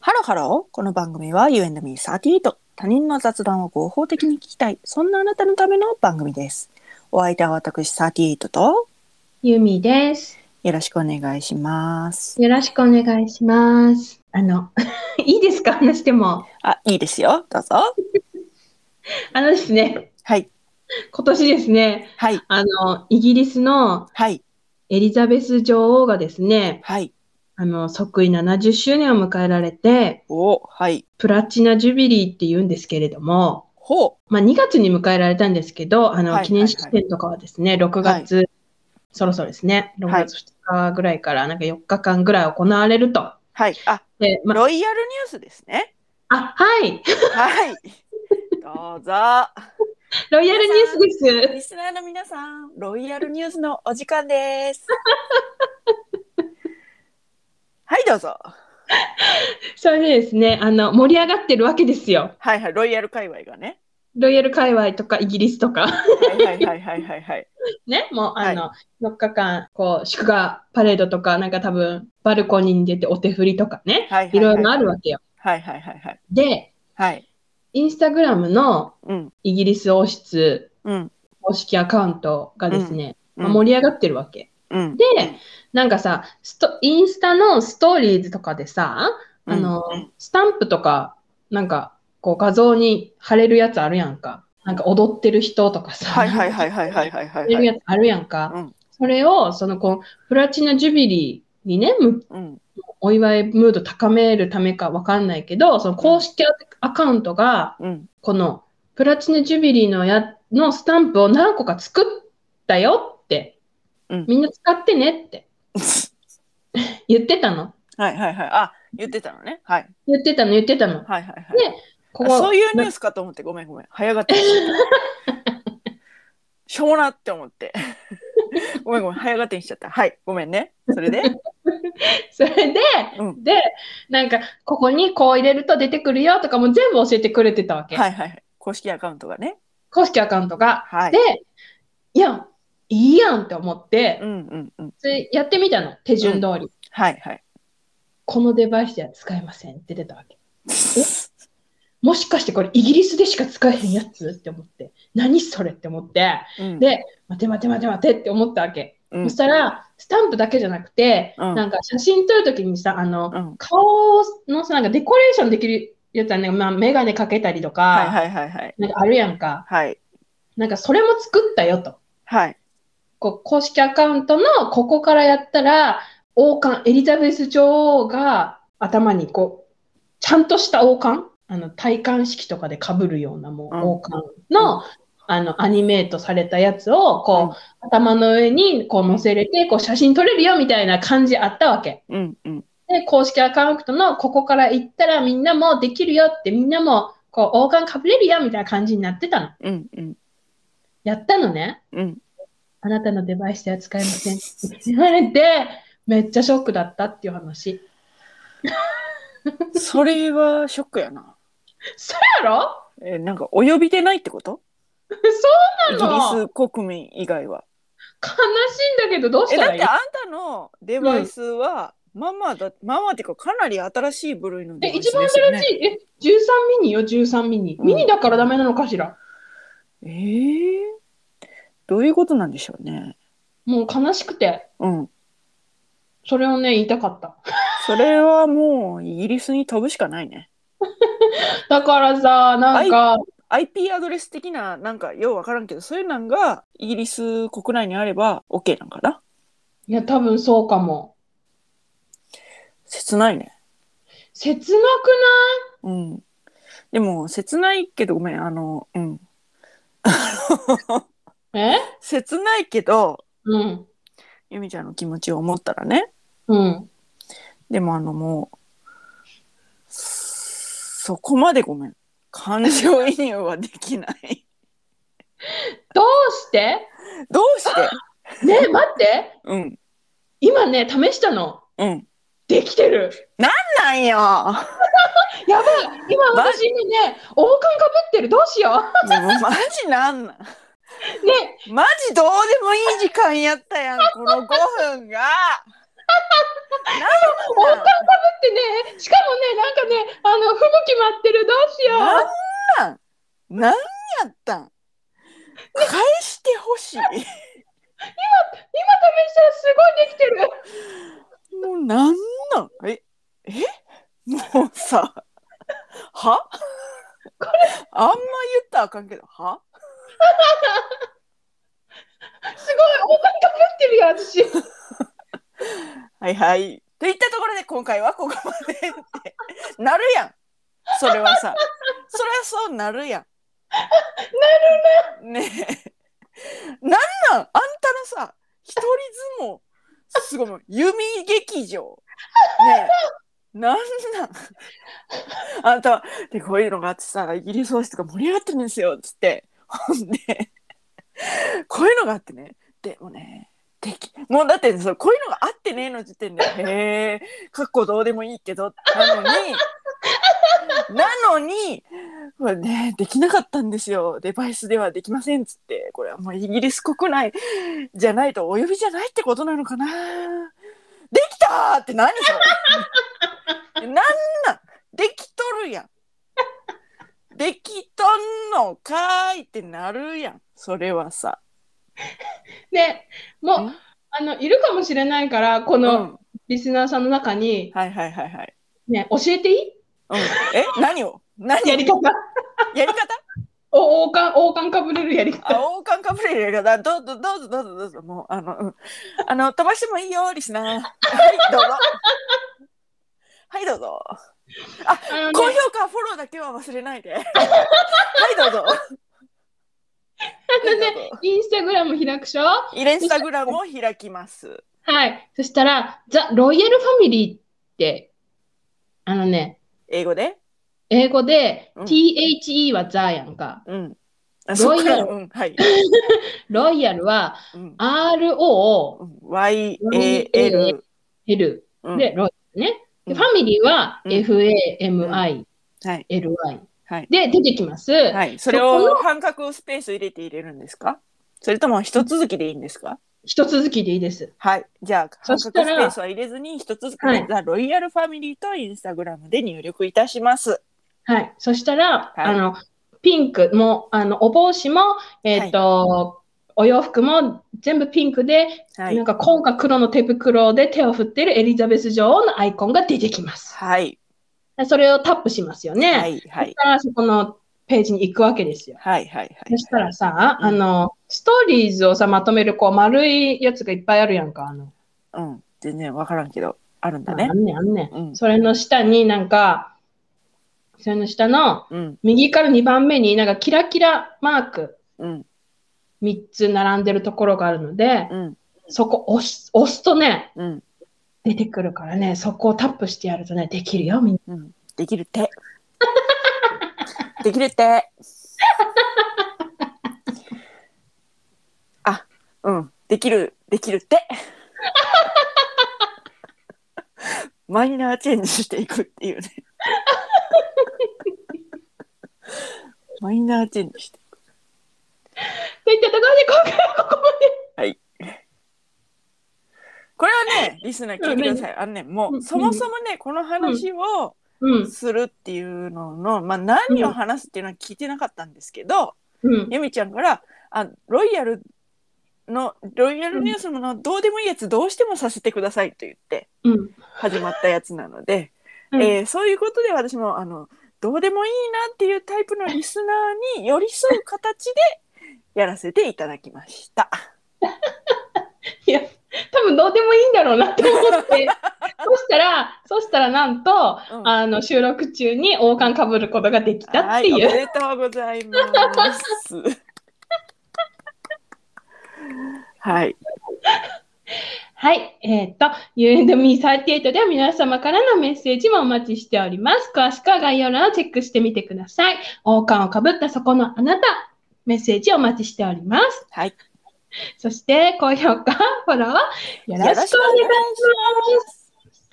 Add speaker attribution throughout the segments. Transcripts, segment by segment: Speaker 1: ハロー。この番組は You and me38。他人の雑談を合法的に聞きたい。そんなあなたのための番組です。お相手は私38と
Speaker 2: ゆみです。
Speaker 1: よろしくお願いします。
Speaker 2: よろしくお願いします。あの、 いいですか話しても。
Speaker 1: あ、いいですよ。どうぞ。
Speaker 2: あのですね、
Speaker 1: はい。
Speaker 2: 今年ですね、
Speaker 1: はい。
Speaker 2: あの、イギリスの
Speaker 1: はい。
Speaker 2: エリザベス女王がですね、
Speaker 1: はい。
Speaker 2: あの、即位70周年を迎えられて、
Speaker 1: おはい。
Speaker 2: プラチナジュビリーって言うんですけれども、
Speaker 1: ほ
Speaker 2: まあ、2月に迎えられたんですけど、あの、
Speaker 1: はいはい
Speaker 2: 記念式典とかはですね、6月、そろそろですね、6
Speaker 1: はい
Speaker 2: 月2日ぐらいから、なんか4日間ぐらい行われると。
Speaker 1: はい。あ、
Speaker 2: で、ま
Speaker 1: ロイヤルニュースですね。
Speaker 2: あ、はい。
Speaker 1: はい。どうぞ。
Speaker 2: ロイヤルニュースです。
Speaker 1: リスナーの皆さん、ロイヤルニュースのお時間です。はい、どうぞ。
Speaker 2: それでですね、あの、盛り上がってるわけですよ。
Speaker 1: はいはい、ロイヤル界隈がね。
Speaker 2: ロイヤル界隈とかイギリスとか。
Speaker 1: はいはいはいはいはいはい。
Speaker 2: ね、もう、あの、4日間、こう、祝賀パレードとか、なんか多分、バルコニーに出てお手振りとかね、
Speaker 1: はい
Speaker 2: いろいろ
Speaker 1: は
Speaker 2: あ
Speaker 1: い
Speaker 2: るわけよ。
Speaker 1: はいはいはいはい。
Speaker 2: で、
Speaker 1: はい。
Speaker 2: インスタグラムの
Speaker 1: うん
Speaker 2: イギリス王室
Speaker 1: うん
Speaker 2: 公式アカウントがですね、
Speaker 1: うん
Speaker 2: まあ盛り上がってるわけ。
Speaker 1: うん。
Speaker 2: で、なんかさスト、インスタのストーリーズとかでさ、あの、スタンプとか、なんか、こう画像に貼れるやつあるやんか。なんか踊ってる人とかさ。
Speaker 1: はいはいはいはいはいはいは
Speaker 2: 貼れる
Speaker 1: い。
Speaker 2: やつあるやんか。
Speaker 1: うん
Speaker 2: それを、そのこう、プラチナジュビリーにね、む
Speaker 1: うん
Speaker 2: お祝いムード高めるためかわかんないけど、その公式アカウントが、
Speaker 1: うん。
Speaker 2: このプラチナジュビリーのや、のスタンプを何個か作ったよって
Speaker 1: うん、
Speaker 2: みんな使ってねって言ってたの。
Speaker 1: はいはいはい。あ、言ってたのね。はい
Speaker 2: 言ってたの、言ってたの。
Speaker 1: はいはいはい。
Speaker 2: で、こ
Speaker 1: あ
Speaker 2: こ
Speaker 1: そういうニュースかと思ってごめんごめん。早がってました。しょうもなって思って。 ごめんごめん。早がってにしちゃった。はい。ごめんね。それで。
Speaker 2: それで、
Speaker 1: うん
Speaker 2: で、なんか、ここにこう入れると出てくるよとかも全部教えてくれてたわけ。
Speaker 1: はいはいはい。公式アカウントがね。
Speaker 2: 公式アカウントが。
Speaker 1: はい
Speaker 2: で。、いや、いいやんって思って
Speaker 1: う、んうんうん。
Speaker 2: それやってみたの、手順通り。
Speaker 1: はいはい。
Speaker 2: このデバイスでは使えませんって出たわけ。もしかしてこれイギリスでしか使えへんやつって思って、何それって思って、
Speaker 1: うん
Speaker 2: で待て待て待て待てって思ったわけ。
Speaker 1: うん
Speaker 2: そしたら、スタンプだけじゃなくて、
Speaker 1: うん
Speaker 2: なんか写真撮るときにさ、あの、
Speaker 1: うん
Speaker 2: 顔のさなんかデコレーションできるやつはね、まあ、眼鏡かけたりとか、
Speaker 1: はいはいはいはい。
Speaker 2: なんかあるやんか。
Speaker 1: はい。
Speaker 2: なんかそれも作ったよと。
Speaker 1: はい。
Speaker 2: こう公式アカウントのここからやったら、王冠、エリザベス女王が頭にこう、ちゃんとした王冠あの、戴冠式とかで被るようなもう
Speaker 1: うん
Speaker 2: 王冠の、あの、アニメートされたやつを、こう、頭の上にこう載せれて、こう写真撮れるよみたいな感じあったわけ。
Speaker 1: うんうん。
Speaker 2: で、公式アカウントのここから行ったらみんなもできるよって、みんなもこう王冠かぶれるよみたいな感じになってたの。
Speaker 1: うんうん
Speaker 2: やったのね。
Speaker 1: うん。
Speaker 2: あなたのデバイスでは使えませんって言われて、めっちゃショックだったっていう話。
Speaker 1: それはショックやな。
Speaker 2: そうやろ
Speaker 1: えなんか及びでないってことイ
Speaker 2: そう
Speaker 1: ギ
Speaker 2: なの
Speaker 1: リス国民以外は。
Speaker 2: 悲しいんだけど、どうし
Speaker 1: え
Speaker 2: た
Speaker 1: だっ
Speaker 2: らいい
Speaker 1: てあんたのデバイスは、まあまあだまあまあっていうかかなり新しい部類の
Speaker 2: え、
Speaker 1: デバイスで
Speaker 2: 一
Speaker 1: す
Speaker 2: 番
Speaker 1: よ、ね、
Speaker 2: 新しい。え、13ミニよ、13ミニ。
Speaker 1: うん
Speaker 2: ミニだからダメなのかしら。
Speaker 1: えーどういうことなんでしょうね。
Speaker 2: もう悲しくて、
Speaker 1: うん。
Speaker 2: それをね、言いたかった。
Speaker 1: それはもうイギリスに飛ぶしかないね。
Speaker 2: だからさ、なんか、
Speaker 1: IP アドレス的ななんかようわからんけどそういうなんがイギリス国内にあれば OK なんかない
Speaker 2: や、多分そうかも。
Speaker 1: 切ないね。
Speaker 2: 切なくない
Speaker 1: うん。でも切ないけどごめんあのうん。
Speaker 2: え
Speaker 1: 切ないけど
Speaker 2: うん。
Speaker 1: ゆみちゃんの気持ちを思ったらね
Speaker 2: うん。
Speaker 1: でもあのもうそこまでごめん感情移入はできない
Speaker 2: どうして
Speaker 1: どうして
Speaker 2: ね、待って。
Speaker 1: うん
Speaker 2: 今ね、試したの。
Speaker 1: うん
Speaker 2: できてる。
Speaker 1: なんよ
Speaker 2: やばい今私にね、王冠かぶってるどうしよ
Speaker 1: でもマジなんなん
Speaker 2: うね、
Speaker 1: マジどうでもいい時間やったやんこの5分が
Speaker 2: 王冠かぶってね、しかもね、なんかね、あの、吹雪待ってる、どうしよ
Speaker 1: なん
Speaker 2: う。
Speaker 1: なんなんやったん返してほしい。
Speaker 2: 今試したらすごいできてる。
Speaker 1: もうなんなんええもうさはあんま言ったらあかんけどは
Speaker 2: すごい、王冠かぶってるよ、私。
Speaker 1: はいはい。といったところで今回はここまでって なるやんそれはさそれはそうなるやん。なるな。ねえ。なんなんあんたのさ一人相撲すごいもう弓劇場。ねえ。なんなんあんたはでこういうのがあってさイギリス王室が盛り上がってるんですよっつってほんでこういうのがあってねでもねできもうだってねそのこういうのがあってねの時点で「へえかっこどうでもいいけど」なのになのにこれねできなかったんですよデバイスではできませんっつってこれはもうイギリス国内じゃないとお呼びじゃないってことなのかなできたーって何それなんなんできとるやんできとんのかーいってなるやんそれはさ
Speaker 2: ね、も
Speaker 1: ん
Speaker 2: う、あの、いるかもしれないから、こ
Speaker 1: う
Speaker 2: の
Speaker 1: ん
Speaker 2: リスナーさんの中に、
Speaker 1: はいはいはいはい
Speaker 2: ね、教えていい
Speaker 1: うん、え何を何
Speaker 2: やり方。
Speaker 1: やり方
Speaker 2: お王冠、王冠かぶれるやり方。
Speaker 1: あ王冠かぶれるやり方どうぞどうぞどうぞどうぞもうあの、うん、あの飛ばしてもいいよリスナーはいどうぞはいどうぞ
Speaker 2: あのね
Speaker 1: 高評価フォローだけは忘れないではいどうぞ
Speaker 2: あのね、インスタグラム開くでしょ
Speaker 1: イレンスタグラムを開きます
Speaker 2: はい。そしたら、ザ・ロイヤルファミリーって、あのね、
Speaker 1: 英語で
Speaker 2: 英語で、
Speaker 1: うん
Speaker 2: THE はザやんか。
Speaker 1: うんあそっ
Speaker 2: ロイ
Speaker 1: か
Speaker 2: ヤ
Speaker 1: ら
Speaker 2: ル
Speaker 1: うんはい、
Speaker 2: ロイヤルは
Speaker 1: うん、
Speaker 2: ROL。
Speaker 1: YAL、うん、
Speaker 2: で、ロイヤルね。
Speaker 1: う
Speaker 2: で
Speaker 1: ん
Speaker 2: ファミリーは
Speaker 1: うん
Speaker 2: FAMILY。
Speaker 1: はいはい
Speaker 2: で、出てきます。
Speaker 1: はいそれを半角スペース入れて入れるんですかそれとも一続きでいいんですか
Speaker 2: 一続きでいいです。
Speaker 1: はい。じゃあ、
Speaker 2: そ
Speaker 1: 半角ス
Speaker 2: し
Speaker 1: ペ
Speaker 2: たら
Speaker 1: ースは入れずに、一つずつ、
Speaker 2: はい
Speaker 1: ザ・ロイヤルファミリーとインスタグラムで入力いたします。
Speaker 2: はい。そしたら、
Speaker 1: い
Speaker 2: あの、ピンクも、あの、お帽子も、えっと、お洋服も全部ピンクで、
Speaker 1: は
Speaker 2: ないん。か紺か黒の手袋で手を振ってるエリザベス女王のアイコンが出てきます。
Speaker 1: はい。
Speaker 2: それをタップしますよね。
Speaker 1: はい。は
Speaker 2: そし
Speaker 1: い。
Speaker 2: たらそこのページに行くわけですよ。
Speaker 1: はい。はい。
Speaker 2: そしたらさ、
Speaker 1: うん
Speaker 2: あの、ストーリーズをさ、まとめるこう丸いやつがいっぱいあるやんか。あの、
Speaker 1: うん。全然わからんけど、あるんだ
Speaker 2: あ
Speaker 1: ね
Speaker 2: あ。んねんあんねん。
Speaker 1: うん。
Speaker 2: それの下になんか、それの下の
Speaker 1: うん。
Speaker 2: 右から2番目になんかキラキラマーク
Speaker 1: うん。
Speaker 2: 3つ並んでるところがあるので、
Speaker 1: うん。
Speaker 2: そこ押し押すとね、
Speaker 1: うん。
Speaker 2: 出てくるからね、そこをタップしてやるとね、できるよ、みんな。
Speaker 1: うん。できるって。 できるって。 あ、うん。できる、できるって。 マイナーチェンジしていくっていう ね。マイナーチェンジして。
Speaker 2: といったところで今回はここまで。
Speaker 1: これはね、リスナー聞いてください。あのね、も
Speaker 2: う
Speaker 1: う、
Speaker 2: ん
Speaker 1: そもそもね、この話を
Speaker 2: うん。
Speaker 1: するっていうのの、まあ、何を話すっていうのは聞いてなかったんですけど、
Speaker 2: うん。
Speaker 1: ゆみちゃんからあロイヤルのロイヤルニュースのどうでもいいやつどうしてもさせてくださいと言って
Speaker 2: うん。
Speaker 1: 始まったやつなので、
Speaker 2: うん
Speaker 1: えーそういうことで私もあのどうでもいいなっていうタイプのリスナーに寄り添う形でやらせていただきました。
Speaker 2: いや、多分どうでもいいんだろうなって思 って。そしたら、そしたらなんと、
Speaker 1: うん
Speaker 2: あの、収録中に王冠かぶることができた
Speaker 1: は
Speaker 2: って
Speaker 1: い、お
Speaker 2: い
Speaker 1: め
Speaker 2: う。
Speaker 1: でとうございます。 はい、
Speaker 2: はい。えっ、と、You and Me38 では皆様からのメッセージもお待ちしております。詳しくは概要欄をチェックしてみてください。王冠をかぶったそこのあなた、メッセージお待ちしております。
Speaker 1: はい、
Speaker 2: そして、高評価、フォローよろしくお願いします。
Speaker 1: ます。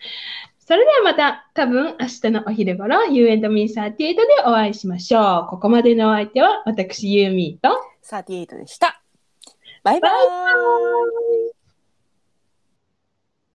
Speaker 2: それではまた、多分明日のお昼頃、You and Me38 でお会いしましょう。ここまでのお相手は、私、ユーミーと、
Speaker 1: 38でした。バイバイ。
Speaker 2: バイ